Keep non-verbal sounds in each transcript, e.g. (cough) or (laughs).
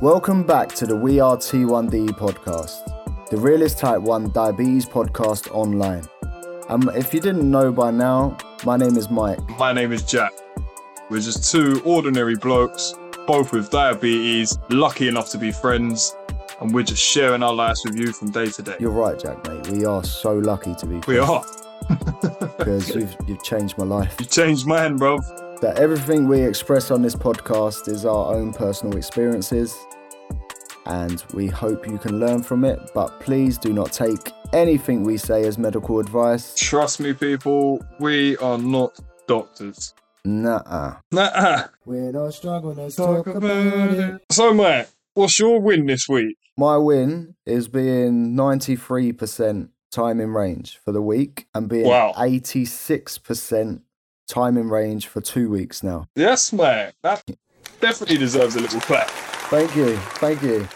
Welcome back to the We Are T1DE podcast, the realest type 1 diabetes podcast online. And if you didn't know by now, my name is Mike. My name is Jack. We're just two ordinary blokes, both with diabetes, lucky enough to be friends, and we're just sharing our lives with you from day to day. You're right, Jack, mate. We are so lucky to be We are. because you've, you've changed my life. You changed mine, bro. That everything we express on this podcast is our own personal experiences, and we hope you can learn from it. But please do not take anything we say as medical advice. Trust me, people, we are not doctors. Nah. Nuh-uh. We're not struggling, let's So, mate, what's your win this week? My win is being 93% time in range for the week and being Wow. 86% time in range for two weeks now. Yes, mate. That definitely deserves a little clap. Thank you. Thank you.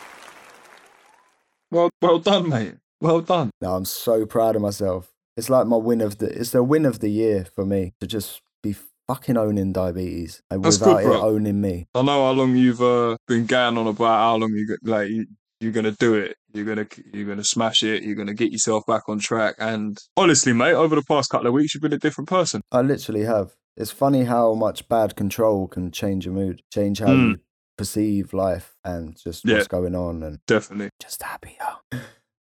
Well, well done, mate. Well done. No, I'm so proud of myself. It's like my win of the it's the win of the year for me to just be fucking owning diabetes and That's without good, it bro. owning me. I know how long you've uh, been going on about how long you go- like you, you're gonna do it. You're gonna you're gonna smash it. You're gonna get yourself back on track. And honestly, mate, over the past couple of weeks, you've been a different person. I literally have. It's funny how much bad control can change your mood, change how Mm. you perceive life and just Yeah. what's going on and Definitely. just happier. (laughs)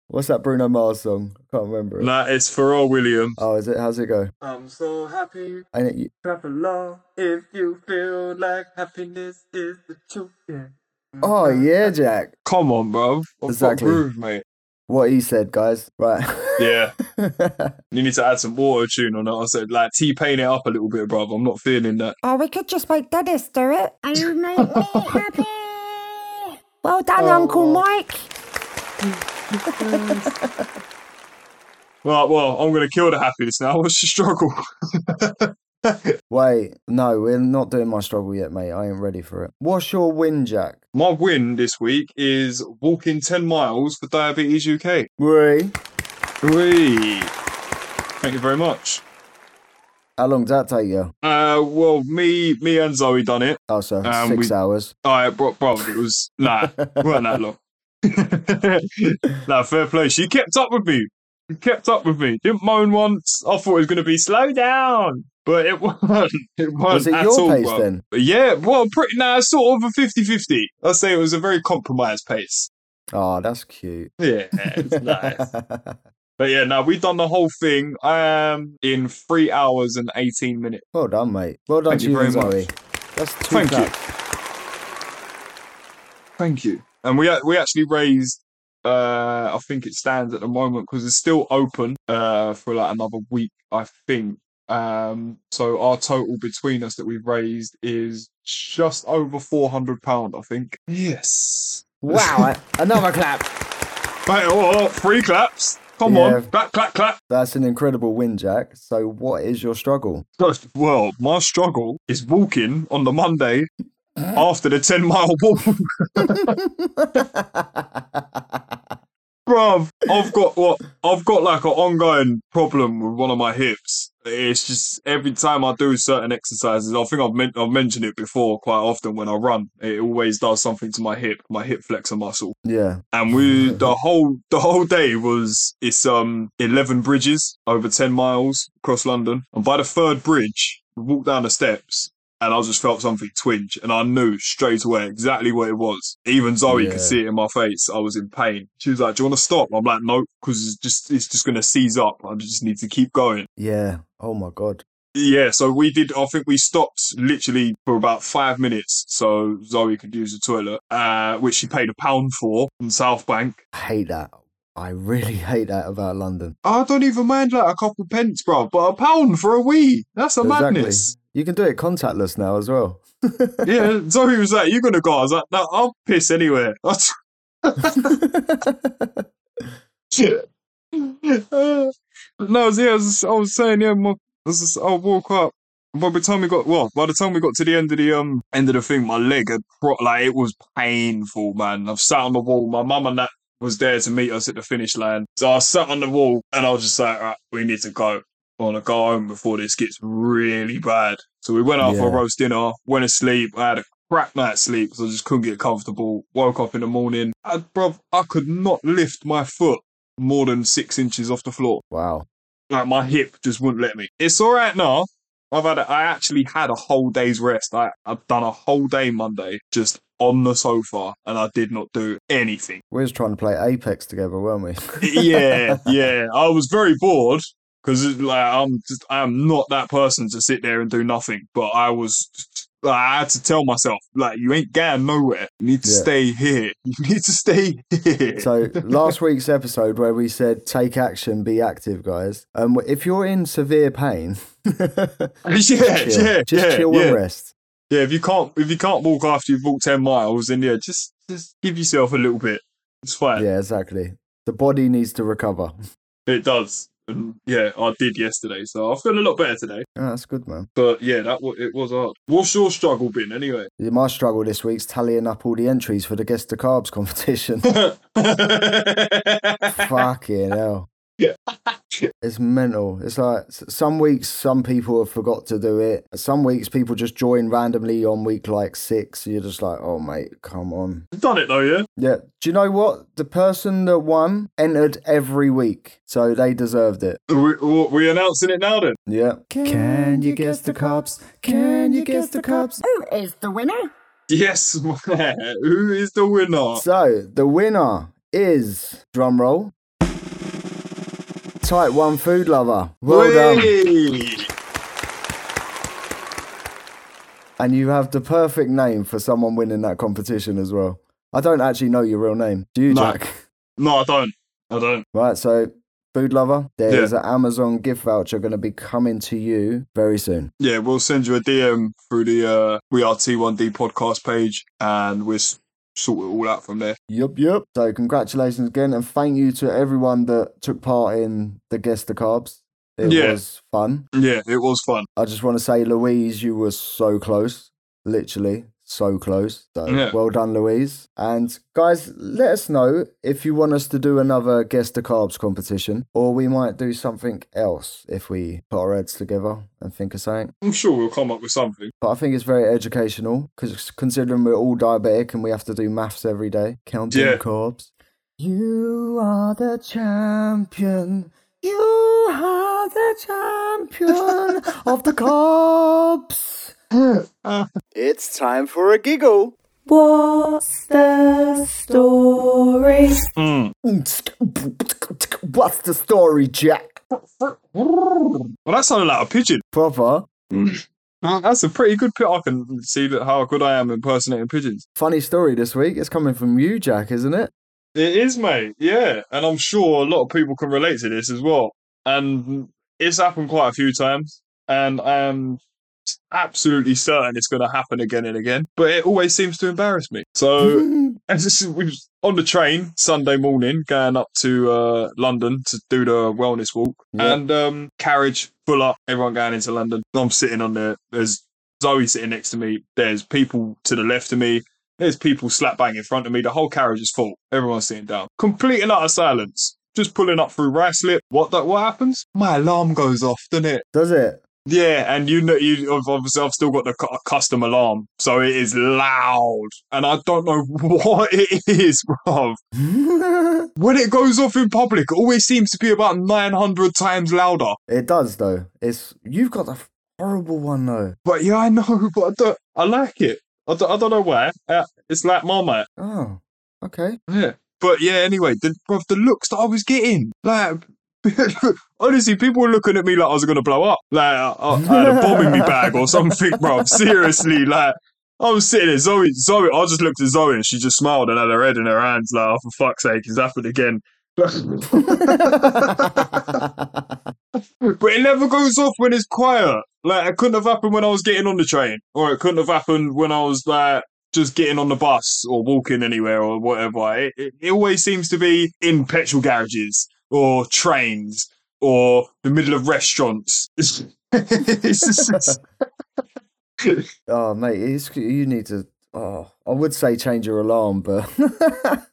What's that Bruno Mars song? I can't remember it. Nah, it's Pharrell Williams. Oh, is it? How's it go? I'm so happy, And it, clap along if you feel like happiness is the truth. Yeah. oh yeah, Jack. Come on, bro. I'm Exactly. groove, mate. What he said, guys. (laughs) Right. (laughs) Yeah, Yeah. you need to add some auto tune on it. I said, like, T paint it up a little bit, bro. I'm not feeling that. Or we could just make Dennis do it. And Oh, you make me happy. Well done, Uncle Oh. Mike. Well, well, I'm gonna kill the happiness now. (laughs) What's the struggle? Wait, no, we're not doing my struggle yet, mate. I ain't ready for it. What's your win, Jack? My win this week is walking 10 miles for Diabetes UK. Worry. Whee! Thank you very much. How long did that take you? Uh, well, me, me and Zoe done it. Oh, so Um, six we- hours. All right, bro, bro it was nah, weren't that long. (laughs) nah, fair play. She kept up with me. She kept up with me. Didn't moan once. I thought it was gonna be slow down, but it (laughs) wasn't. It wasn't Was it at your all, pace bro. then? Yeah, well, pretty nah, sort of a 50-50. I'd say it was a very compromised pace. Oh, that's cute. Yeah, it's nice. But yeah, now we've done the whole thing um in three hours and eighteen minutes. (laughs) well done, mate. Well done Thank to you you, and very Zoe. much. That's two Thank you. claps. Thank you. And we a- we actually raised uh I think it stands at the moment because it's still open uh for like another week I think. Um so our total between us that we've raised is just over four hundred pound I think. Yes. (laughs) Wow, another clap. Right, oh, oh, three claps. Come Yeah. on, clap, clap, clap. That's an incredible win, Jack. So, what is your struggle? Well, my struggle is walking on the Monday after the ten mile walk. Bruv, I've got what I've got like an ongoing problem with one of my hips. It's just every time I do certain exercises, I think I've men- I've mentioned it before quite often when I run. It always does something to my hip, my hip flexor muscle. yeah. And we the whole the whole day was it's um eleven bridges over ten miles across London. And by the third bridge, we walked down the steps and I just felt something twinge and I knew straight away exactly what it was. Even Zoe Yeah. could see it in my face. I was in pain. She was like, Do you wanna stop? I'm like, No, because it's just it's just gonna seize up. I just need to keep going. Yeah. Oh, my God. Yeah, so we did. I think we stopped literally for about five minutes so Zoe could use the toilet, uh, which she paid a pound for in South Bank. I hate that. I really (laughs) hate that about London. I don't even mind like a couple pence, bro, but a pound for a wee. That's a Exactly. madness. You can do it contactless now as well. (laughs) Yeah, (laughs) Zoe was like, You're going to go. I was like, No, I'll piss anywhere. (laughs) Shit. Uh, no, I was- yeah, I was, just- I was saying, yeah, my, I was just, I'll walk up. By the time we got, well, by the time we got to the end of the um end of the thing, my leg had pro- like it was painful, man. I've sat on the wall. My mum and that was there to meet us at the finish line, so I sat on the wall and I was just like, right, we need to go. I want to go home before this gets really bad. So we went out for a Yeah. roast dinner, went to sleep. I had a crap night's sleep because I just couldn't get comfortable. Woke up in the morning, and bruv, I could not lift my foot more than six inches off the floor. Wow. Like my hip just wouldn't let me. It's all right now. I've had. A, I actually had a whole day's rest. I I've done a whole day Monday just on the sofa, and I did not do anything. (laughs) We was trying to play Apex together, weren't we? (laughs) yeah, yeah. I was very bored because like I'm just I'm not that person to sit there and do nothing. But I was like, I had to tell myself like you ain't going nowhere. You need to Yeah. stay here. (laughs) You need to stay (laughs) here. So last week's episode where we said take action, be active, guys. Um, if you're in severe pain, (laughs) (laughs) yeah, chill. yeah, just yeah, chill yeah. and rest. Yeah, if you can't if you can't walk after you've walked ten miles, then yeah, just just give yourself a little bit. It's fine. Yeah, exactly. The body needs to recover. (laughs) It does. And yeah, I did yesterday, so I feel a lot better today. Oh, that's good, man. But yeah, that wa- it was hard. What's your struggle been anyway? (laughs) My struggle this week's tallying up all the entries for the guess the carbs (laughs) competition. Fucking hell. Yeah. It's mental. It's like s- some weeks some people have forgot to do it. Some weeks people just join randomly on week like six. You're just like, oh mate, come on. Done it though, yeah. Yeah. Do you know what? The person that won entered every week, so they deserved it. We, we- we announcing it now then. Yeah. Can you guess the cops? Can you guess the cops? Who is the winner? Yes, (laughs) who is the winner? So the winner is drumroll. Type one food lover. Well done. Whey! And you have the perfect name for someone winning that competition as well. I don't actually know your real name. Do you, No. Jack? No, I don't. I don't. Right, so food lover, Yeah. there's an Amazon gift voucher going to be coming to you very soon. Yeah, we'll send you a DM through the uh, We Are T1D podcast page, and we'll s- sort it all out from there. Yup, yup. So congratulations again, and thank you to everyone that took part in the guess the carbs. It Yeah. was fun. Yeah, it was fun. I just want to say, Louise, you were so close, literally so close. So Yeah. well done, Louise. And guys, let us know if you want us to do another guess the carbs competition, or we might do something else if we put our heads together and think of something. I'm sure we'll come up with something. But I think it's very educational because considering we're all diabetic and we have to do maths every day, counting Yeah. carbs. You are the champion. You are the (laughs) champion of the carbs. (laughs) It's time for a giggle. What's the story? Mm. What's the story, Jack? Well, that sounded like a pigeon. Proper. That's a pretty good pit. I can see that how good I am impersonating pigeons. Funny story this week. It's coming from you, Jack, isn't it? It is, mate. Yeah, and I'm sure a lot of people can relate to this as well. And it's happened quite a few times, and I'm absolutely certain it's going to happen again and again. But it always seems to embarrass me. So, Uh, as (laughs) this, we was on the train Sunday morning, going up to uh, London to do the wellness walk, Yeah. and um, carriage full up, everyone going into London. I'm sitting on there. There's Zoe sitting next to me. There's people to the left of me. There's people slap bang in front of me. The whole carriage is full. Everyone's sitting down. Complete and utter silence. Just pulling up through Ruislip. What that? What happens? My alarm goes off, doesn't it? (laughs) Does it? Yeah, and you know, you ob- obviously I've still got the cu- custom alarm, so it is loud, and I don't know (laughs) what it is, bruv. (laughs) When it goes off in public, it always seems to be about nine hundred times louder. It does though. It's you've got a horrible one though. But yeah, I know, (laughs) but I don't. I like it. I don't, I don't know why. Uh, it's like Marmite. Oh, (laughs) okay. Yeah. But yeah, anyway, the bruv, the looks that I was getting, like, (laughs) honestly, people were looking at me like I was gonna blow up, like I, I, I had a bomb in my bag or something, bruv. Seriously, like. I was sitting there, Zoe, Zoe, I just looked at Zoe and she just smiled and had her head in her hands, like, oh, for fuck's sake, it's happened again. but it never goes off when it's quiet. Like, it couldn't have happened when I was getting on the train, or it couldn't have happened when I was, like, just getting on the bus or walking anywhere or whatever. It, it, it always seems to be in petrol garages or trains or the middle of restaurants. (laughs) It's just- oh mate, it's, you need to Oh, I would say change your alarm, but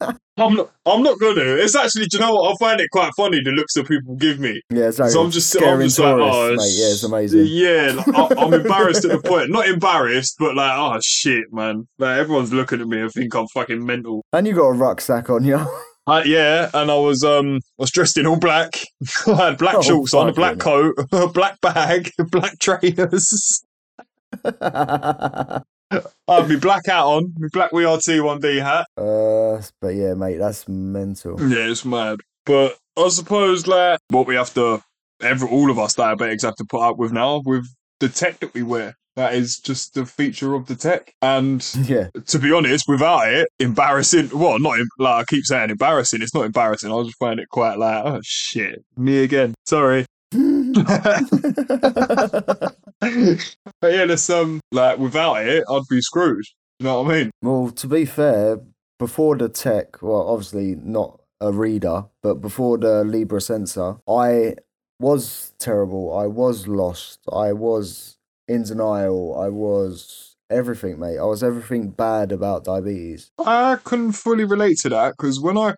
(laughs) I'm not. I'm not gonna. It's actually. Do you know what? I find it quite funny the looks that people give me. yeah, it's like So I'm just. I'm scaring just like, tourists, oh, mate. Yeah, it's sh- amazing. Yeah, (laughs) like, I, I'm embarrassed at the point. Not embarrassed, but like, oh shit, man. Like everyone's looking at me and think I'm fucking mental. And you got a rucksack on (laughs) you. Uh, yeah, and I was um I was dressed in all black. (laughs) I had black Oh, shorts on, a black coat, (laughs) a black bag, (laughs) black trainers. (laughs) uh, I had my black hat on, my black WRT1D hat. Uh, but yeah, mate, that's mental. (laughs) Yeah, it's mad. But I suppose like what we have to, every all of us diabetics have to put up with now with the tech that we wear. That is just the feature of the tech. And Yeah, (laughs) to be honest, without it, embarrassing. Well, not em- like I keep saying embarrassing. It's not embarrassing. I just find it quite like, oh shit, me again. Sorry. But yeah, there's um like without it, I'd be screwed. You know what I mean? well, to be fair, before the tech, well, obviously not a reader, but before the Libra sensor, I was terrible. I was lost. I was in denial. I was everything, mate. I was everything bad about diabetes. I can fully relate to that because when I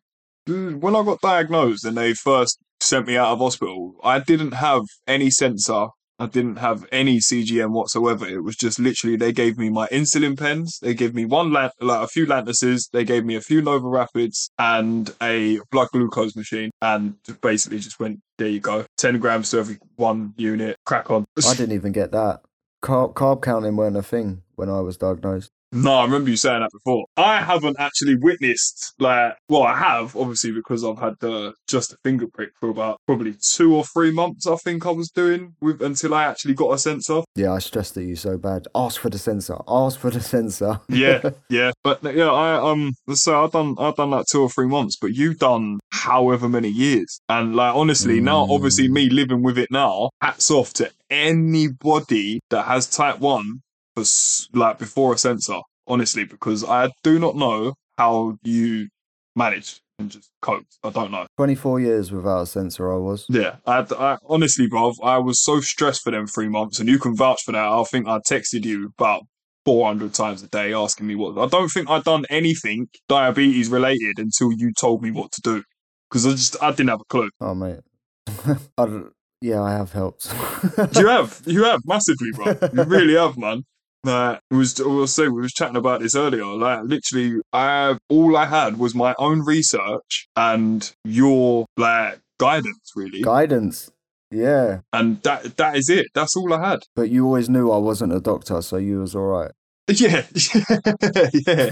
when I got diagnosed and they first sent me out of hospital, I didn't have any sensor. I didn't have any CGM whatsoever. It was just literally they gave me my insulin pens. They gave me one lan- like a few lantuses. They gave me a few Nova Rapids and a blood glucose machine, and basically just went there you go, ten grams to every one unit. Crack on. I didn't even get that. Carb, carb counting weren't a thing when I was diagnosed. No, I remember you saying that before. I haven't actually witnessed like well, I have obviously because I've had the just a finger prick for about probably two or three months. I think I was doing with until I actually got a sensor. Yeah, I stressed at you so bad. Ask for the sensor. Ask for the (laughs) sensor. (laughs) Yeah, yeah, but yeah, I um so I've done I've done like two or three months, but you've done however many years, and like honestly, now Mm. obviously me living with it now. Hats off to anybody that has type one for s- like before a sensor, honestly, because I do not know how you manage and just cope. I don't know. 24 years without a sensor, I was. Yeah, I, I honestly, bruv, I was so stressed for them three months, and you can vouch for that. I think I texted you about four hundred times a day asking me what. I don't think I'd done anything diabetes related until you told me what to do, because I just I didn't have a clue. Oh, mate. (laughs) I d- yeah, I have helped. (laughs) You have, you have massively, bro. You really have, man. Like it was, I was saying, we was chatting about this earlier. Like literally, I all I had was my own research and your like guidance, really, Guidance. Yeah. and that that is it. That's all I had. But you always knew I wasn't a doctor, so you was all right. Yeah, yeah.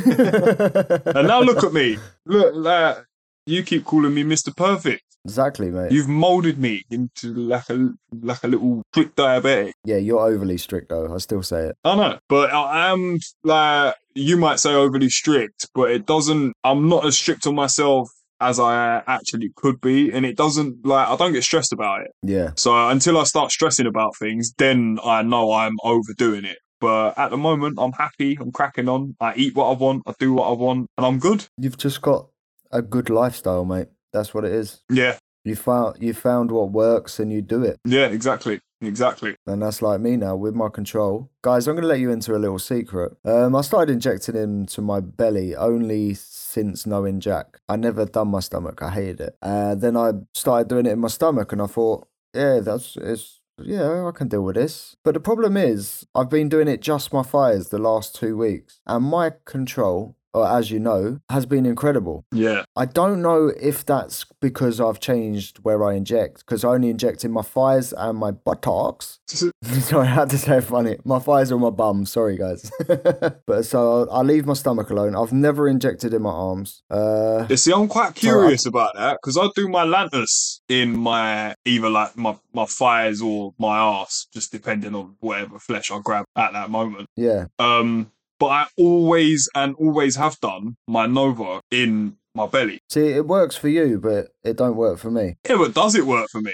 And (laughs) now look at me. Look, like, you keep calling me Mr. Perfect. (laughs) Exactly, mate. You've molded me into like a like a little quick diabetic. Yeah, you're overly strict, though. I still say it. I know, but I am like you might say overly strict, but it doesn't. I'm not as strict on myself as I actually could be, and it doesn't like I don't get stressed about it. Yeah. So until I start stressing about things, then I know I'm overdoing it. But at the moment, I'm happy. I'm cracking on. I eat what I want. I do what I want, and I'm good. You've just got a good lifestyle, mate. That's what it is. Yeah, You found you found what works and you do it. yeah, exactly, exactly. And that's like me now with my control. Guys, I'm going to let you into a little secret. Um, I started injecting him to my belly only since knowing Jack. I never done my stomach. I hated it. Uh, then I started doing it in my stomach and I thought, yeah, that's it's yeah, I can deal with this. But the problem is, I've been doing it just my thighs the last two weeks, and my control, or as you know, has been incredible. Yeah, I don't know if that's because I've changed where I inject, because I only inject in my thighs and my buttocks. (laughs) sorry, I had to say it funny. My thighs or my bum. Sorry, guys. (laughs) but so I, I leave my stomach alone. I've never injected in my arms. Uh, You see, I'm quite curious about that because I do my lantus in my either like my my thighs or my ass, just depending on whatever flesh I grab at that moment. yeah, Um, but I always and always have done my nova in my belly. see, it works for you, but it don't work for me. Yeah, but does it work for me?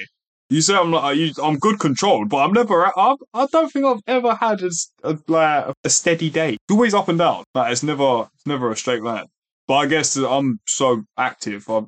You say I'm like you, I'm good controlled, but I'm never. I've, I don't think I've ever had a, s- a, like a steady day. It's always up and down. Like it's never it's never a straight line. But I guess that I'm so active, I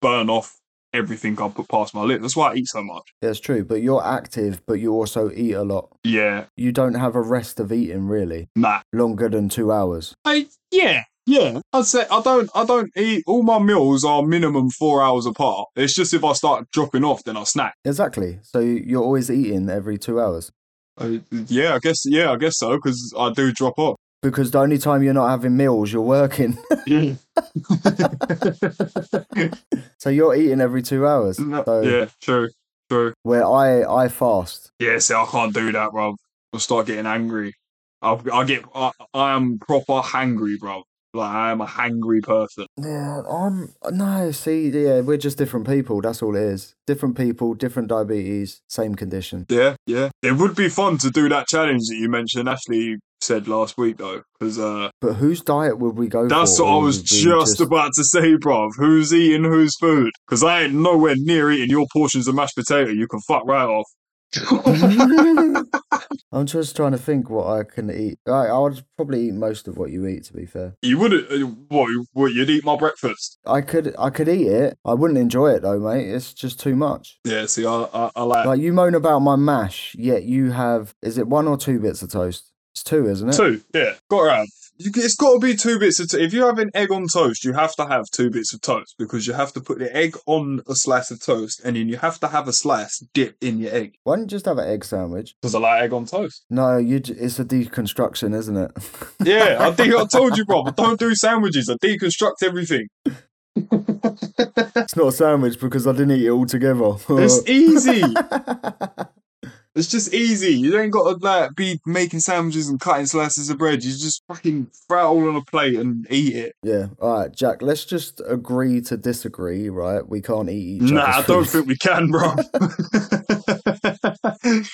burn off everything I put past my lips. That's why I eat so much. That's true, but you're active, but you also eat a lot. Yeah, You don't have a rest of eating really, nah. longer than two hours. I yeah. Yeah, I'd say I don't. I don't eat. All my meals are minimum four hours apart. It's just if I start dropping off, then I snack. Exactly. So you're always eating every two hours. Uh, yeah, I guess. Yeah, I guess so. Because I do drop off. (laughs) Because the only time you're not having meals, you're working. Yeah. so you're eating every two hours. So yeah. True. True. where I I fast. Yeah. See, I can't do that, bro. I start getting angry. I, I get. I, I am proper hangry, bro. Like I am a hangry person. Yeah, I'm no, see, yeah, we're just different people, that's all it is. Different people, different diabetes, same condition. Yeah. Yeah. It would be fun to do that challenge that you mentioned. Ashley said last week though, because uh, But whose diet would we go That's for? what I Or was would we just about to say, bruv. Who's eating whose food? Because I ain't nowhere near eating your portions of mashed potato. You can fuck right off. (laughs) (laughs) I'm just trying to think what I can eat. I I would probably eat most of what you eat to be fair. you wouldn't. uh, What, what? You'd eat my breakfast? I could I could eat it. I wouldn't enjoy it though, mate. It's just too much. Yeah. See, I, I, I like Like you moan about my mash, yet you have is it one or two bits of toast? It's two, isn't it? two. Yeah. Got to have. You, it's got to be two bits of. To- if you have an egg on toast, you have to have two bits of toast because you have to put the egg on a slice of toast, and then you have to have a slice dipped in your egg. Why don't you just have an egg sandwich? Because I like egg on toast. No, you. j- It's a deconstruction, isn't it? (laughs) Yeah, I think I told you, bruv. I don't do sandwiches. I deconstruct everything. It's not a sandwich because I didn't eat it all together. It's easy. It's just easy. You ain't got to like be making sandwiches and cutting slices of bread. You just fucking throw it all on a plate and eat it. (laughs) yeah. All right, Jack. Let's just agree to disagree, right? We can't eat each other. nah, I don't think we can, bro. Definitely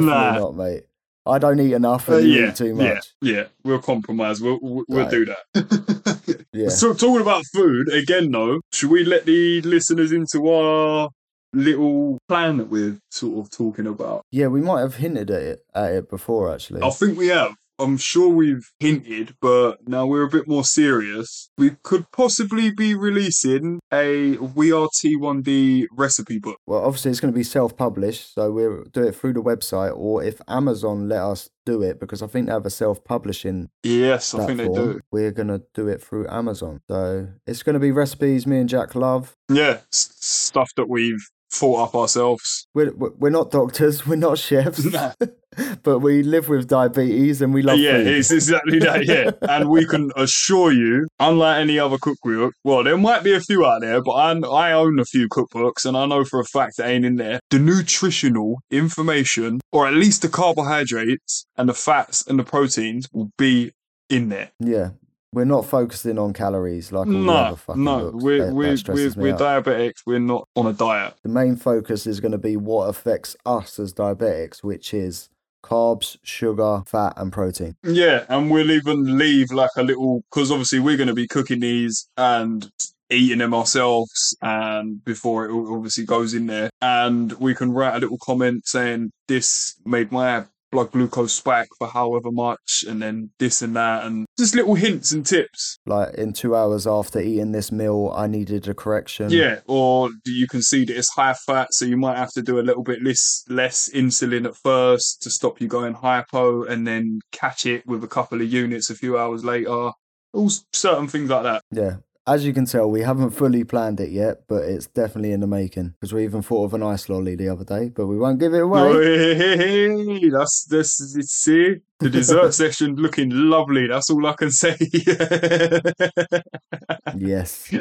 nah. not, mate. I don't eat enough and Uh, you yeah, eat too yeah, much. yeah. We'll compromise. We'll we'll, we'll Right. do (laughs) that. Yeah. So talking about food again, though, should we let the listeners into our little plan that we're sort of talking about? Yeah, we might have hinted at it, at it before, actually. I think we have. I'm sure we've hinted, but now we're a bit more serious. We could possibly be releasing a We Are T1D recipe book. Well, obviously, it's going to be self published, so we'll do it through the website, or if Amazon let us do it, because I think they have a self publishing Yes, I platform, think they do. we're going to do it through Amazon. So it's going to be recipes me and Jack love. Yeah, s- stuff that we've thought up ourselves. We're, we're we're not doctors, (laughs) we're not chefs, Nah. (laughs) but we live with diabetes and we love yeah, food. it's exactly (laughs) that. Yeah, and we can assure you, unlike any other cookbook, well, there might be a few out there, but I, I own a few cookbooks, and I know for a fact that ain't in there. The nutritional information, or at least the carbohydrates and the fats and the proteins, will be in there. Yeah, we're not focusing on calories like all the other No, fucking no, books. we're That- we're that we're, stresses me we're out. diabetics. We're not on a diet. the main focus is going to be what affects us as diabetics, which is carbs, sugar, fat, and protein. Yeah, and we'll even leave like a little because obviously we're going to be cooking these and eating them ourselves, and before it all obviously goes in there, and we can write a little comment saying this made my blood glucose spike for however much, and then this and that, and just little hints and tips. Like in two hours after eating this meal, I needed a correction. Yeah, or you can see that it's high fat, so you might have to do a little bit less less insulin at first to stop you going hypo, and then catch it with a couple of units a few hours later. All s- certain things like that. Yeah. As you can tell, we haven't fully planned it yet, but it's definitely in the making because we even thought of an ice lolly the other day, but we won't give it (laughs) away. Oh, Hey, that's that's it's, see the dessert section looking lovely. That's all I can say. (laughs) Yes.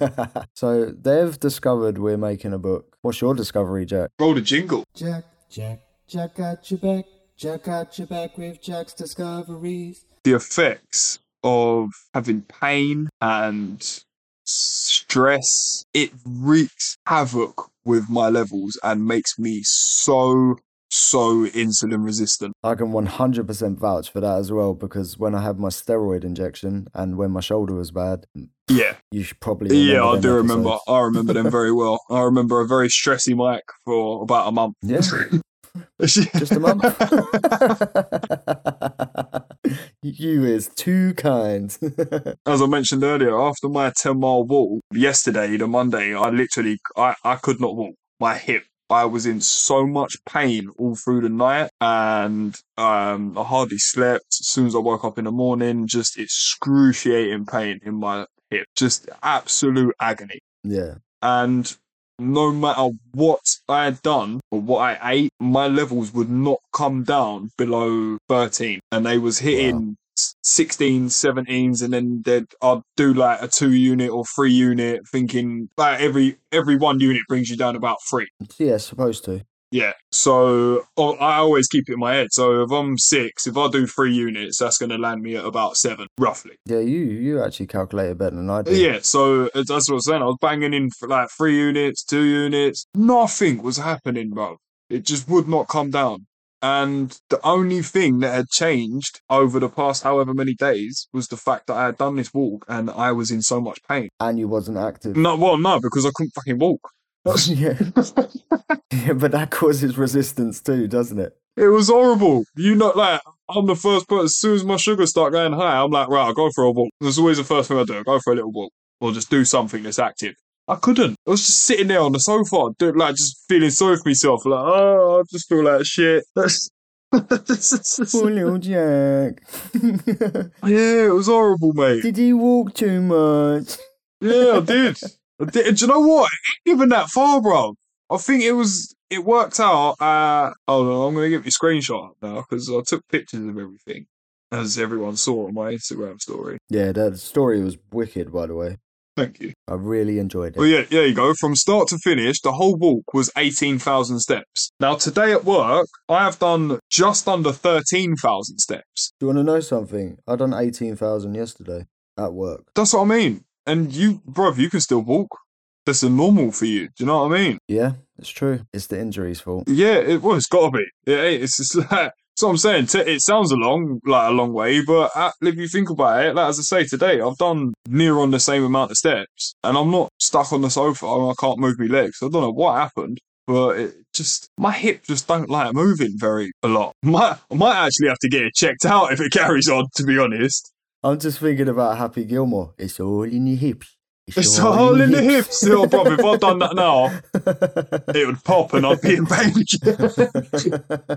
(laughs) so they've discovered we're making a book. What's your discovery, Jack? Roll the jingle. Jack, Jack, Jack got your back. Jack got your back with Jack's discoveries. the effects of having pain and stress it wreaks havoc with my levels and makes me so so insulin resistant I can 100% vouch for that as well because when I had my steroid injection and when my shoulder was bad, yeah you should probably. Remember yeah i them do remember episodes. i remember them very well i remember a very stressy mic for about a month (laughs) Yeah, just a month. (laughs) You is too kind. (laughs) As I mentioned earlier, after my 10 mile walk yesterday, the Monday, I literally, I, I could not walk. My hip, I was in so much pain all through the night and um, I hardly slept. As soon as I woke up in the morning, just excruciating pain in my hip, just absolute agony. yeah. And no matter what I had done or what I ate, my levels would not come down below 13. And they was hitting sixteen, seventeens, 16, 17s. And then they'd, I'd do like a two unit or three unit thinking like every, every one unit brings you down about three. Yeah, supposed to. Yeah. So oh, I always keep it in my head. So if I'm six, if I do three units, that's going to land me at about seven, roughly. Yeah, you you actually calculated better than I did. Yeah. So uh, that's what I was saying. I was banging in for like three units, two units. Nothing was happening, bro. It just would not come down. And the only thing that had changed over the past however many days was the fact that I had done this walk and I was in so much pain. And you wasn't (laughs) active. (laughs) No, well, no, because I couldn't fucking walk. yeah. yeah, but that causes resistance too, doesn't (laughs) it? It was horrible. You know, like I'm the first person. As soon as my sugars start going high, I'm like, right, I'll go for a walk. That's always the first thing I do. I go for a little walk, or just do something that's active. I couldn't. I was just sitting there on the sofa, do, like just feeling sorry for myself. Like, oh, I just feel like shit. (laughs) That's Poor little Jack. (laughs) yeah, it was horrible, mate. did he walk too much? Yeah, I did. I did. Do you know what? It ain't even that far, bro. I think it was. It worked out. Uh, hold on, I'm gonna get my screenshot up now because I took pictures of everything, as everyone saw on my Instagram story. Yeah, that story was wicked, by the way. Thank you. I really enjoyed it. Well, Oh, yeah, there you go. From start to finish, the whole walk was 18,000 steps. Now, today at work, I have done just under 13,000 steps. Do you want to know something? I done 18,000 yesterday at work. That's what I mean. And you, bruv, you can still walk. That's a normal for you. Do you know what I mean? Yeah, it's true. It's the injuries' fault. Yeah, it, well, it's got to be. Yeah, it's just (laughs) like, that's what I'm saying. T- It sounds a long, like a long way, but uh, if you think about it, like as I say today, I've done near on the same amount of steps, and I'm not stuck on the sofa and I can't move my legs. I don't know what happened, but it just my hip just don't like moving very a lot. (laughs) Might I might actually have to get it checked out if it carries on. To be honest, (laughs) I'm just thinking about Happy Gilmore. It's all in your hips. it's a hole in the hips, little bro. If I'd done that now, (laughs) it would pop and I'd be in (laughs) pain.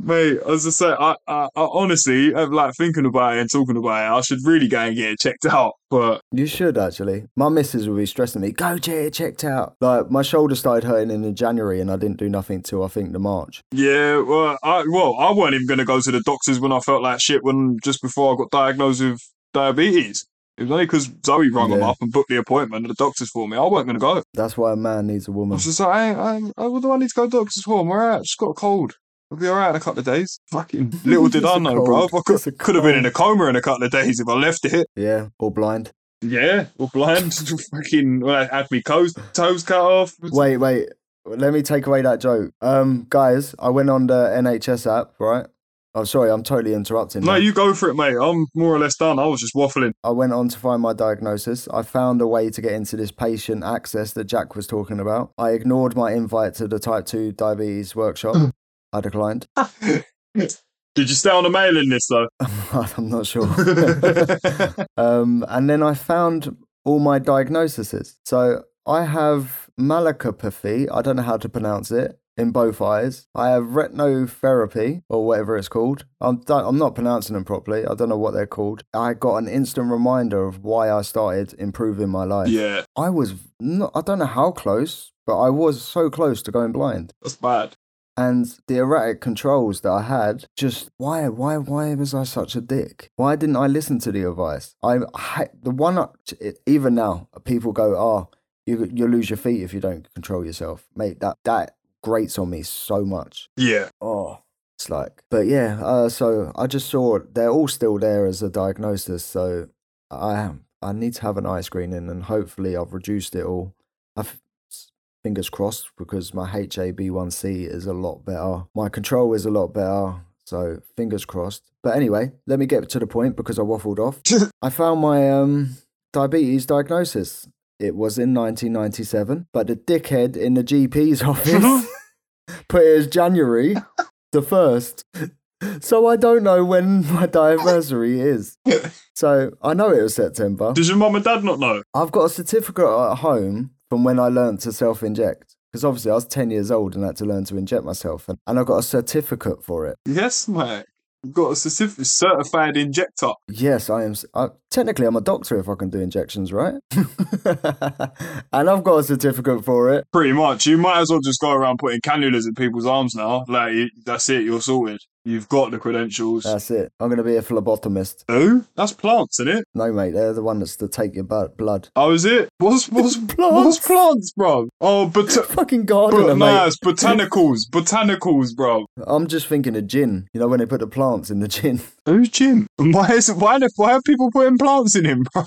Mate, as I say, I, I, I honestly, I'm like thinking about it and talking about it. I should really go and get it checked out. But (laughs) you should actually. My missus will be stressing me. Go get it checked out. Like my shoulder started hurting in January, and I didn't do nothing till I think the March. yeah, well, I well, I weren't even going to go to the doctors when I felt like shit when just before I got diagnosed with diabetes. It was only because Zoe rang them Yeah. up and booked the appointment at the doctors for me. I wasn't going to go. That's why a man needs a I (laughs) woman. was just like, I, I, I, what do I need to go to the doctors for? I'm all right. I just got a cold. I'll be all right in a couple of days. Fucking (laughs) little did It's I a know, bro. cold. I It's a could, could have been in cold. a coma in a couple of days if I left it. Yeah, or blind. Yeah, or blind. (laughs) fucking well, I had me toes, toes cut off. Wait, wait. Let me take away that joke. Um, guys, I went on the NHS app, right? I'm sorry, I'm totally interrupting. no, now. you go for it, mate. I'm more or less done. I was just waffling. I went on to find my diagnosis. I found a way to get into this patient access that Jack was talking about. I ignored my invite to the type 2 diabetes (clears throat) workshop. I declined. Did you stay on the mailing list though? (laughs) (laughs) I'm not sure. um, and then I found all my diagnoses. So I have malacopathy. I don't know how to pronounce it. In both eyes, I have retinotherapy or whatever it's called. I'm don't, I'm not pronouncing them properly. I don't know what they're called. I got an instant reminder of why I started improving my life. yeah, I was not, I don't know how close, but I was so close to going blind. that's bad. And the erratic controls that I had, just why, why, why was I such a dick? Why didn't I listen to the advice? I, ha- the one, up- even now, people go, oh, you, you lose your feet if you don't control yourself. Mate, that, that grates on me so much Yeah, oh it's like but yeah uh, so i just saw they're all still there as a diagnosis so i am i need to have an eye screening and hopefully i've reduced it all i've fingers crossed because my hab1c is a lot better my control is a lot better so fingers crossed but anyway let me get to the point because i waffled (laughs) off i found my um diabetes diagnosis it was in 1997 but the dickhead (laughs) in the gp's office put it as january the first. (laughs) So I don't know when my (laughs) anniversary is. So I know it was September. Does your mum and dad not know? I've got a certificate at home from when I learnt to self inject. Because obviously I was 10 years old and had to learn to inject myself. And, and I got a certificate for it. Yes, mate. You've got a certif- certified injector. Yes, I am. s- I, technically, I'm a doctor if I can do injections, right? (laughs) and I've got a certificate for it. Pretty much. You might as well just go around putting cannulas in people's arms now. Like, you- that's it. You're sorted. You've got the credentials. That's it. I'm going to be a phlebotomist. Who? That's plants, isn't it? No, mate, they're the one that's to take your bu- blood. Oh, is it? What's, what's, Plants. what's plants, bro? Oh, but. Fucking gardener, But mate. nice botanicals, botanicals, bro. I'm just thinking of gin. You know when they put the plants in the gin. (laughs) Who's Jim? (laughs) Why is why the- why are people putting plants in him, (laughs) bro?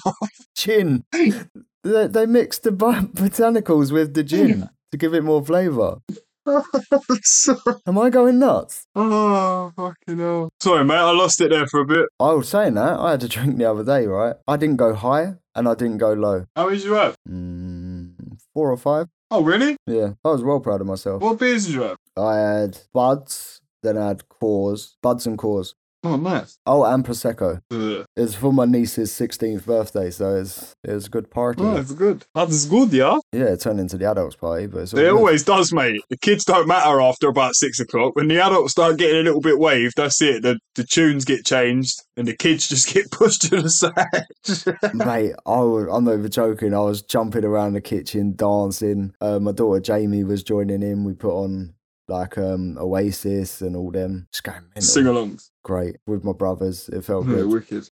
Gin. they, they mix the bo- botanicals with the gin to give it more flavour. Am I going nuts? (laughs) oh fucking hell! Sorry, mate, I lost it there for a bit. I was saying that I had a drink the other day, right? I didn't go high and I didn't go low. How is you at? Mm, four or five. Oh, really? Yeah, I was well proud of myself. What beers did you have? I had buds, then I had cores, buds and cores. Oh, nice. Oh, and prosecco. Ugh. It's for my niece's 16th birthday, so it's it was a good party. Oh, that's good. That is good, yeah. Yeah, it turned into the adults party, but it's all It good. always does, mate. The kids don't matter after about six o'clock. When the adults start getting a little bit waved, that's it. The the tunes get changed, and the kids (laughs) just get pushed to the (laughs) side. Mate, I was, I'm not even joking. I was jumping around the kitchen, dancing. Uh, my daughter Jamie was joining in. We put on like um Oasis and all them. Just going mental. Sing-alongs. Hmm. Great with my brothers. It felt Yeah, good. wicked.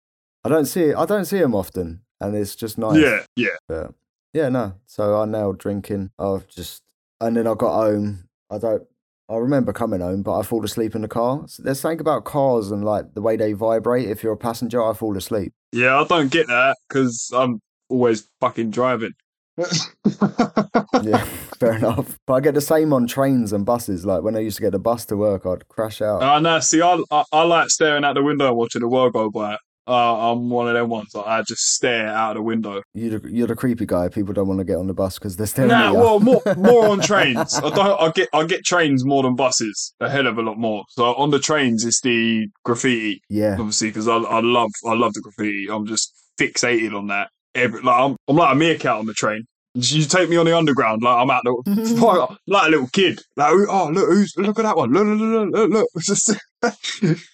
I don't see I don't see them often, and it's just nice. Yeah, yeah. But yeah, no. So I nailed drinking. I've just and then I got home. I don't. I remember coming home, but I fall asleep in the car. So there's something about cars and like the way they vibrate. If you're a passenger, I fall asleep. Yeah, I don't get that because I'm always fucking driving. Uh, Yeah, (laughs) fair enough. But I get the same on trains and buses. Like when I used to get the bus to work, I'd crash out. I know. See, I, I I like staring out the window and watching the world go by. Uh, I'm one of them ones that I just stare out the window. You're the, you're the creepy guy. People don't want to get on the bus because they're staring Nah, at you. well, more more on trains. I don't. I get I get trains more than buses. A hell of a lot more. So on the trains, it's the graffiti, yeah, obviously, because I I love I love the graffiti. I'm just fixated on that. Every like I'm I'm like a meerkat on the train. You take me on the underground, like I'm out the (laughs) like, a little kid. Like oh look who's look at that one. Look look look look. look. Just-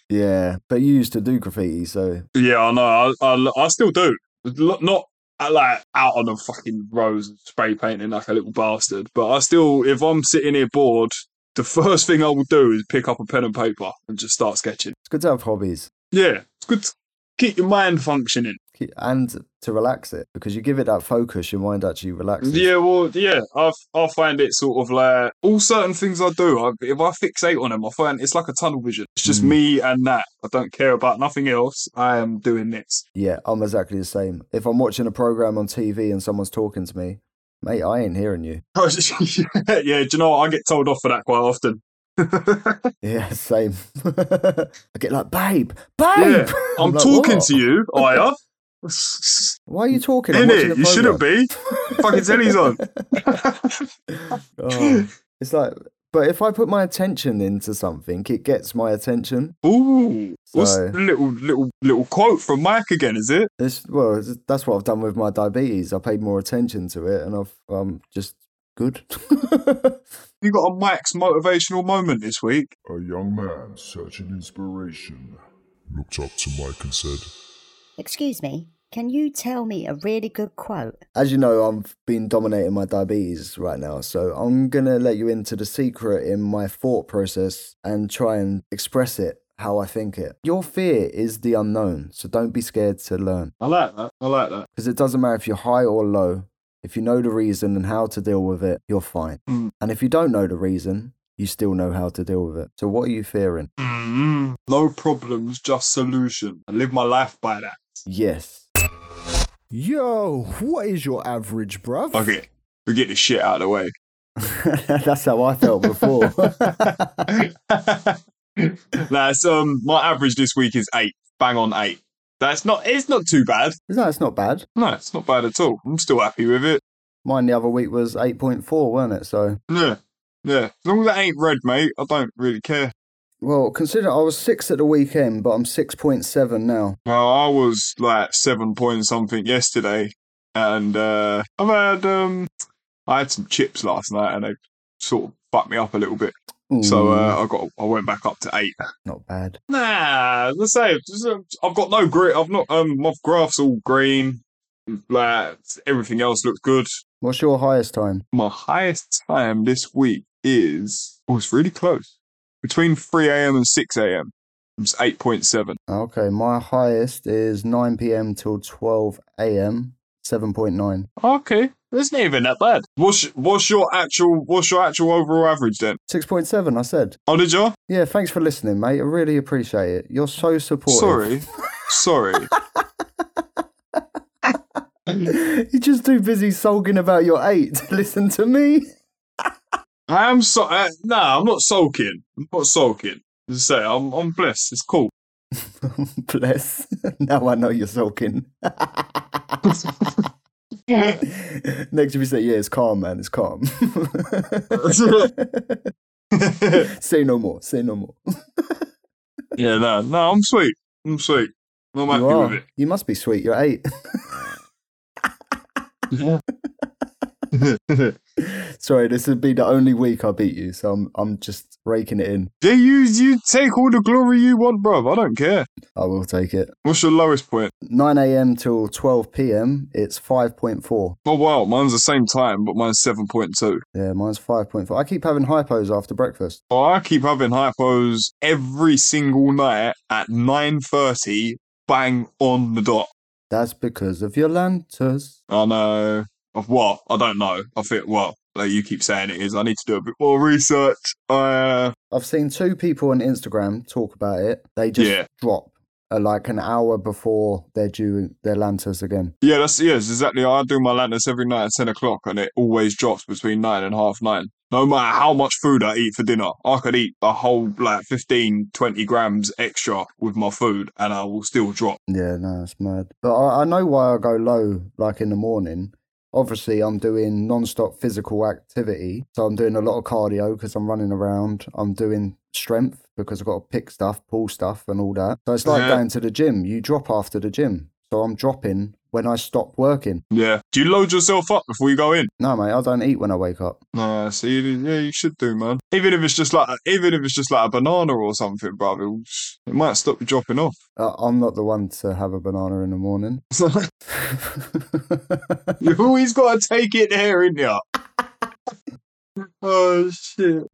(laughs) yeah. But you used to do graffiti, so Yeah, I know. I, I, I still do. L- Not uh, like out on the fucking roads and spray painting like a little bastard, but I still, if I'm sitting here bored, the first thing I will do is pick up a pen and paper and just start sketching. it's good to have hobbies Yeah, it's good to keep your mind functioning. Ke- and to relax it because you give it that focus, your mind actually relaxes. Yeah, well, yeah, I f- I find it sort of like all certain things I do. I, if I fixate on them, I find it's like a tunnel vision. It's just Mm. me and that. I don't care about nothing else. I am (laughs) doing this. Yeah, I'm exactly the same. If I'm watching a program on TV and someone's talking to me, mate, I ain't hearing you. (laughs) yeah, do you know what? I get told off for that quite often. Yeah, same. (laughs) I get like, babe, babe. Yeah, (laughs) I'm like, talking "What? (laughs) to you, Aya. Why are you talking? I'm In watching a it, you shouldn't programme." be. (laughs) Fucking telly's on. Oh, it's like, but if I put my attention into something, it gets my attention. Ooh, what's So- the little little little quote from Mike again? Is it? It's well, it's- that's what I've done with my diabetes. I paid more attention to it, and I've um just good. (laughs) You got a Mike's motivational moment this week. A young man searching inspiration looked up to Mike and said, Excuse me, can you tell me a really good quote? As you know, I've been dominating my diabetes right now, so I'm gonna let you into the secret in my thought process and try and express it how I think it. Your fear is the unknown, so don't be scared to learn. I like that. I like that. Because it doesn't matter if you're high or low. If you know the reason and how to deal with it, you're fine. Mm. And if you don't know the reason, you still know how to deal with it. So what are you fearing? mm No problems, just solution. I live my life by that. Yes. Yo, what is your average, bruv? Okay, we get this shit out of the way. (laughs) (laughs) That's how I felt before. (laughs) nah, it's, um, my average this week is eight. Bang on eight. That's not. It's not too bad. no, it's not bad. No, it's not bad at all. I'm still happy with it. Mine the other week was 8.4, weren't it? So Yeah, yeah. As long as that ain't red, mate, I don't really care. Well, consider I was six at the weekend, but I'm six point seven now. Well, I was like seven point something yesterday, and uh, I've had um, I had some chips last night, and they sort of bucked me up a little bit. So uh, I got I went back up to eight. not bad. Nah, as I say, just, um, I've got no grit. I've not um, my graph's all green. Like everything else looks good. What's your highest time? My highest time this week is oh, it's really close between three a.m. and six a.m. It's eight point seven. Okay, my highest is nine p.m. till twelve a.m. Seven point nine. Okay, that's not even that bad. What's what's your actual what's your actual overall average then? Six point seven. I said. Oh, did you? Yeah, thanks for listening, mate. I really appreciate it. You're so supportive. Sorry, (laughs) sorry. (laughs) You're just too busy sulking about your eight to listen to me. (laughs) I am so. Uh, nah, I'm not sulking. I'm not sulking. As I say, I'm I'm blessed. It's (laughs) cool. Bless. (laughs) now I know you're sulking. (laughs) Next, if you say, yeah, it's calm, man, it's calm. (laughs) say no more, say no more. Yeah, no, no, I'm sweet. I'm sweet. I'm happy you, are. with it. you must be sweet, you're eight. (laughs) (laughs) Sorry, this would be the only week I beat you, so I'm, I'm just raking it in. Yeah, you you take all the glory you want, bruv. I don't care. I will take it. What's your lowest point? 9 a.m. till 12 p.m., it's 5.4. Oh wow, mine's the same time, but mine's seven point two. Yeah, mine's 5.4. I keep having hypos after breakfast. Oh, I keep having hypos every single night at nine thirty, bang on the dot. That's because of your lanterns. I know. Of what? I don't know. I think well, like you keep saying it is. I need to do a bit more research. Uh, I've seen two people on Instagram talk about it. They just Yeah. drop uh, like an hour before they're due their lanterns again. yeah, that's yeah, it's exactly. I do my lanterns every night at ten o'clock, and it always drops between nine and half nine. No matter how much food I eat for dinner, I could eat a whole like 15, 20 grams extra with my food, and I will still drop. Yeah, no, it's mad. But I, I know why I go low like in the morning. Obviously, I'm doing non-stop physical activity, so I'm doing a lot of cardio because I'm running around. I'm doing strength because I've got to pick stuff, pull stuff, and all that. So it's like Yeah. going to the gym. You drop after the gym, so I'm dropping when I stop working. Yeah. Do you load yourself up before you go in? No, mate, I don't eat when I wake up. Nah, see, yeah, you should do, man. Even if it's just like, even if it's just like a banana or something, bruv, it'll, it might stop you dropping off. (laughs) Uh, I'm not the one to have a banana in the morning. You've always got to take it there, ain't ya? (laughs) oh shit!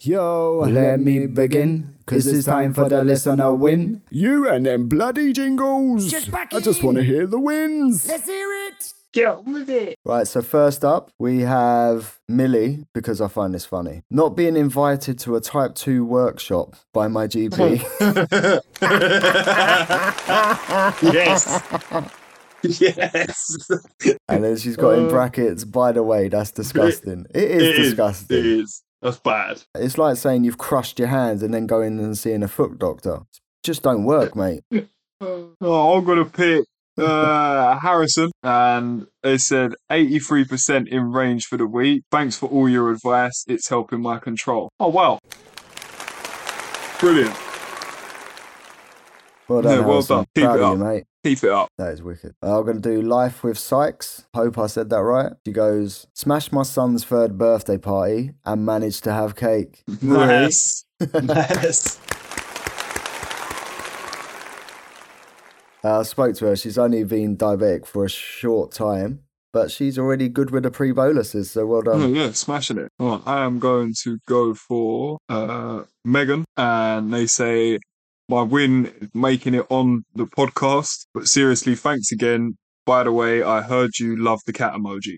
Yo, Oh, Let me begin, cause it's time for the listener win. You and them bloody jingles. I just want to hear the wins. Right, so first up, we have Millie, because I find this funny. Not being invited to a type 2 workshop by my (laughs) GP. (laughs) Yes, yes. and then she's got in brackets, by the way, that's disgusting. It is disgusting. Uh. It is. That's bad. It's like saying you've crushed your hands and then going and seeing a foot doctor. Just don't work, mate. Oh, I'm gonna pick uh, Harrison, and they said 83% in range for the week. Thanks for all your advice. It's helping my control. Oh wow, brilliant. Well done, Yeah, well Harrison. done. Keep Proud it of you, up. mate. Keep it up. That is wicked. Uh, I'm going to do Life with Sykes. Hope I said that right. She goes, Smash my son's third birthday party and managed to have cake. Nice. nice. Uh, I spoke to her. She's only been diabetic for a short time, but she's already good with the pre boluses. So well Oh, done. yeah, smashing it. All right, I am going to go for uh, Megan, and they say my win is making it on the podcast. But seriously, thanks again. By the way, I heard you love the cat emoji.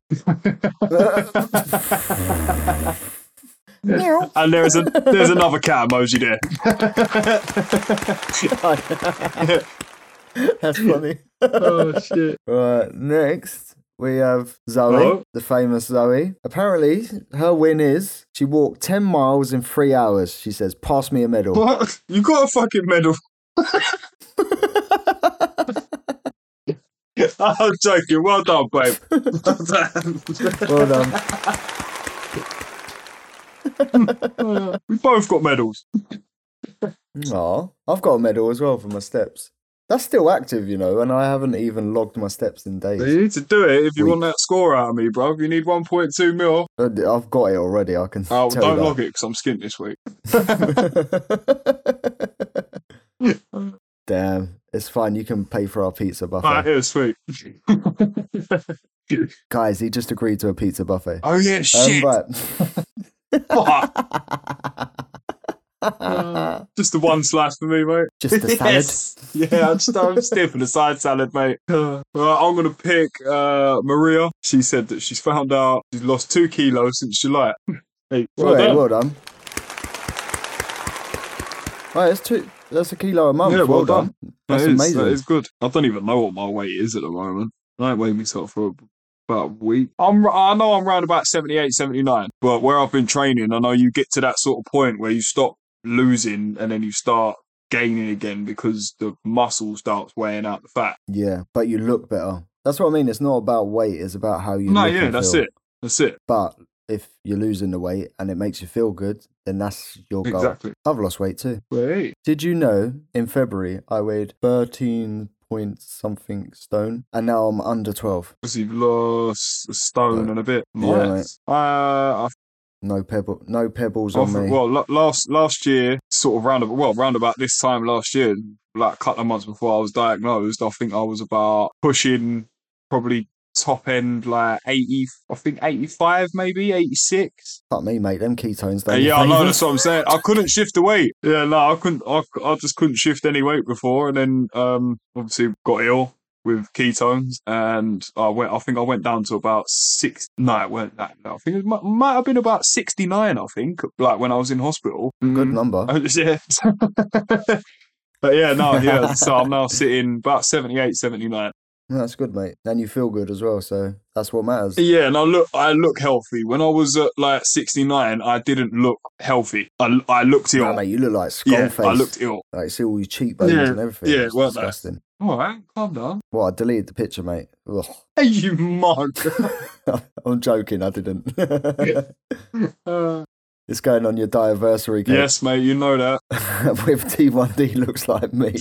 Meow. And there is a (laughs) there's another cat emoji there. That's funny. (laughs) Oh shit. right. Next, we have Zoe, Hello? the famous Zoe. Apparently, her win is she walked 10 miles in three hours. She says, Pass me a medal. What? You got a fucking medal. (laughs) I'm joking. Well done, (laughs) babe. Well done. well done. we both got medals. Aw, I've got a medal as well for my steps. That's still active, you know, and I haven't even logged my steps in days. You need to do it if you Weak. want that score out of me, bro. You need 1.2 mil. Uh, d- I've got it already. I can. Oh, tell don't you log it because I'm skint this week. that. (laughs) Damn, it's fine. You can pay for our pizza buffet, Alright, here, sweet. guys. He just agreed to a pizza buffet. Oh, yeah, Um, shit. (laughs) right. Fuck. (laughs) Just the one slice for me, mate. just a salad. Yes. Yeah, I'm, just, I'm stiff for the side salad, (laughs) mate. Uh, right, I'm going to pick uh, Maria. She said that she's found out she's lost two kilos since July. (laughs) Hey, well Right, done. well done. Right, that's two. That's a kilo a month. Yeah, well, well done. That That's is- amazing. That is good. I don't even know what my weight is at the moment. I ain't weighed myself for about a week. I'm, I know I'm around about 78, 79, but where I've been training, I know you get to that sort of point where you stop losing and then you start gaining again because the muscle starts weighing out the fat. Yeah, but you look better. That's what I mean. It's not about weight. It's about how you. no, look yeah, and that's feel. it. That's it. But if you're losing the weight and it makes you feel good, then that's your goal. Exactly. I've lost weight too. Wait. Did you know in February I weighed 13 point something stone and now I'm under 12? Because you've lost a stone Uh, and a bit. yeah, Nice. Uh, I No pebble, no pebbles Off- on me. Oh, Well, la- last last year, sort of round about, well, round about this time last year, like a couple of months before I was diagnosed, I think I was about pushing probably top end like eighty, I think eighty five, maybe eighty six. Fuck me, mate. Them ketones Uh, Yeah, don't. I know that's what I'm saying. I couldn't shift the weight. Yeah, no, I couldn't. I, I just couldn't shift any weight before, and then um, obviously got ill with ketones, and I went. I think I went down to about six. No, it weren't that. I think it might, might have been about sixty nine. I think like when I was in hospital. Good Mm. number. (laughs) I was- yeah. but yeah, no, yeah. So I'm now sitting about 78, 79. No, That's good, mate. And you feel good as well, so that's what matters. Yeah, and I look, I look healthy. When I was at like 69, I didn't look healthy. I, I looked ill. Nah, mate, you look like skull yeah, face. I looked ill. Like, see all your cheekbones Yeah, and everything. yeah, it's weren't they? disgusting. All right, calm down. Well, I deleted the picture, mate. (laughs) Ugh. Hey, you mug. (laughs) I'm joking. I didn't. Uh, (laughs) it's going on your diversary. Kate. yes, mate, you know that. (laughs) with T1D looks like (laughs) me.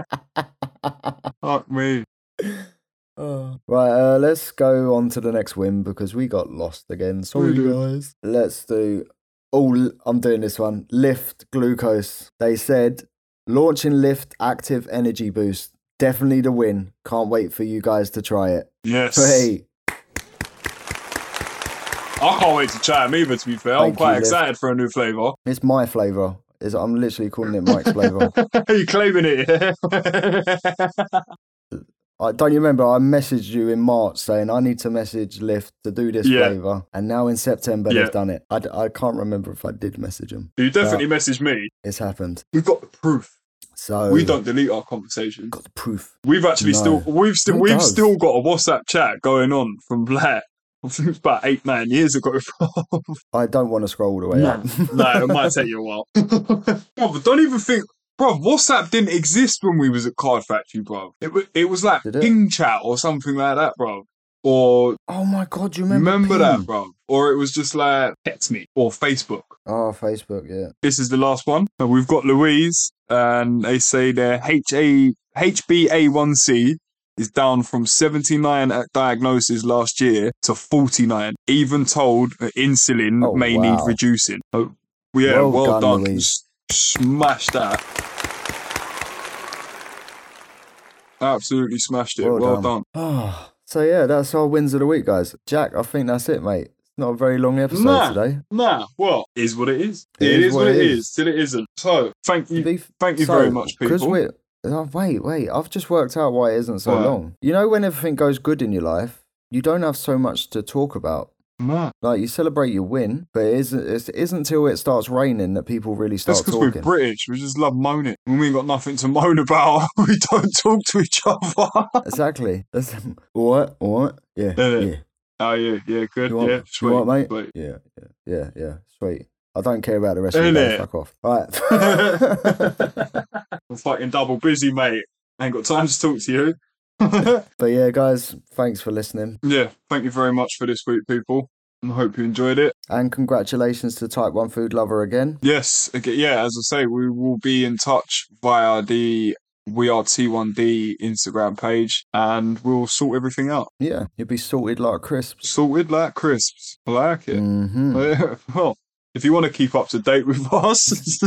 (laughs) Fuck me. Oh. Right, uh, let's go on to the next win because we got lost again. Sorry, did. guys. Let's do. Oh, I'm doing this one. Lift glucose. They said launching Lift Active Energy Boost. Definitely the win. Can't wait for you guys to try (laughs) it. Yes. Hey, I can't wait to try them either, to be fair. I'm Thank quite you, Liv. excited for a new flavour. (laughs) it's my flavour. It's, I'm literally calling it Mike's (laughs) flavour. you claiming it? (laughs) I don't you remember I messaged you in March saying I need to message Lyft to do this Yeah. flavour, and now in September Yeah. they've done it. I, d- I can't remember if I did message them. you definitely messaged me. It's happened. We've got the proof. So We don't delete our conversation. got the proof. We've actually Oh, No. still we've still Who we've does? still got a WhatsApp chat going on from like (laughs) I think it's about eight nine years ago. I don't want to scroll all the way No. up. (laughs) no, it might take you a (laughs) while. bro, but don't even think, bro. WhatsApp didn't exist when we was at Card Factory, bro. It wa- it was like Did it? Ping Chat or something like that, bro. Or oh my god, you remember? remember, Ping? that, bro. Or it was just like Text Me or Facebook. Oh, Facebook. Yeah. This is the last one. So we've got Louise, and they say their HA, HbA1c is down from 79 at diagnosis last year to 49, even told that insulin Oh, may wow. need reducing. Oh, yeah, Well well, done, done. Louise. S- Smash that. Absolutely smashed it. Well, Well done. done. Oh, so yeah, that's our wins of the week, guys. Jack, I think that's it, mate. It's not a very long episode Nah. today. Nah, well, is what it is. It it is, what it is. till it isn't. So, thank you, Beef. thank you So, very much, 'cause people. we're- Oh, wait, wait. I've just worked out why it isn't so What? long. You know, when everything goes good in your life, you don't have so much to talk about. Nah. Like you celebrate your win, but it isn't, it isn't till it starts raining that people really That's start because we're talking. British. We just love moaning. When we ain't got nothing to moan about, (laughs) we don't talk to each other. exactly. That's, (laughs) what? What? Yeah. Yeah. Yeah. (laughs) Oh yeah, yeah, good, You want, yeah, sweet, you want, mate? sweet. Yeah, yeah, yeah, yeah. Sweet. I don't care about the rest of you. Innit? guys, Fuck off. Right. (laughs) (laughs) I'm fucking double busy, mate. Ain't got time to talk to you. (laughs) but yeah, guys, thanks for listening. yeah, thank you very much for this week, people. I hope you enjoyed it. And congratulations to Type 1 Food Lover again. Yes, okay, yeah, as I say, we will be in touch via the We Are T1D Instagram page and we'll sort everything out. Yeah, you'll be sorted like crisps. Sorted like crisps. I like it. hmm Uh, (laughs) well, if you want to keep up to date with (laughs) us,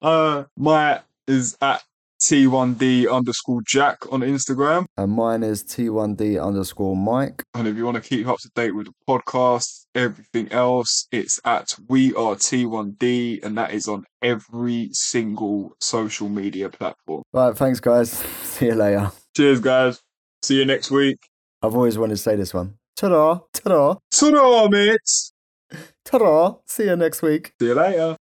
uh, my is at T1D underscore Jack on Instagram. And mine is T1D underscore Mike. And if you want to keep up to date with the podcast, everything else, it's at We Are T1D, and that is on every single social media platform. Right, thanks, guys. (laughs) See you later. Cheers, guys. See you next week. I've always wanted to say this one. Ta da! Ta da! Ta-da, mates. Ta da! See you next week. See you later.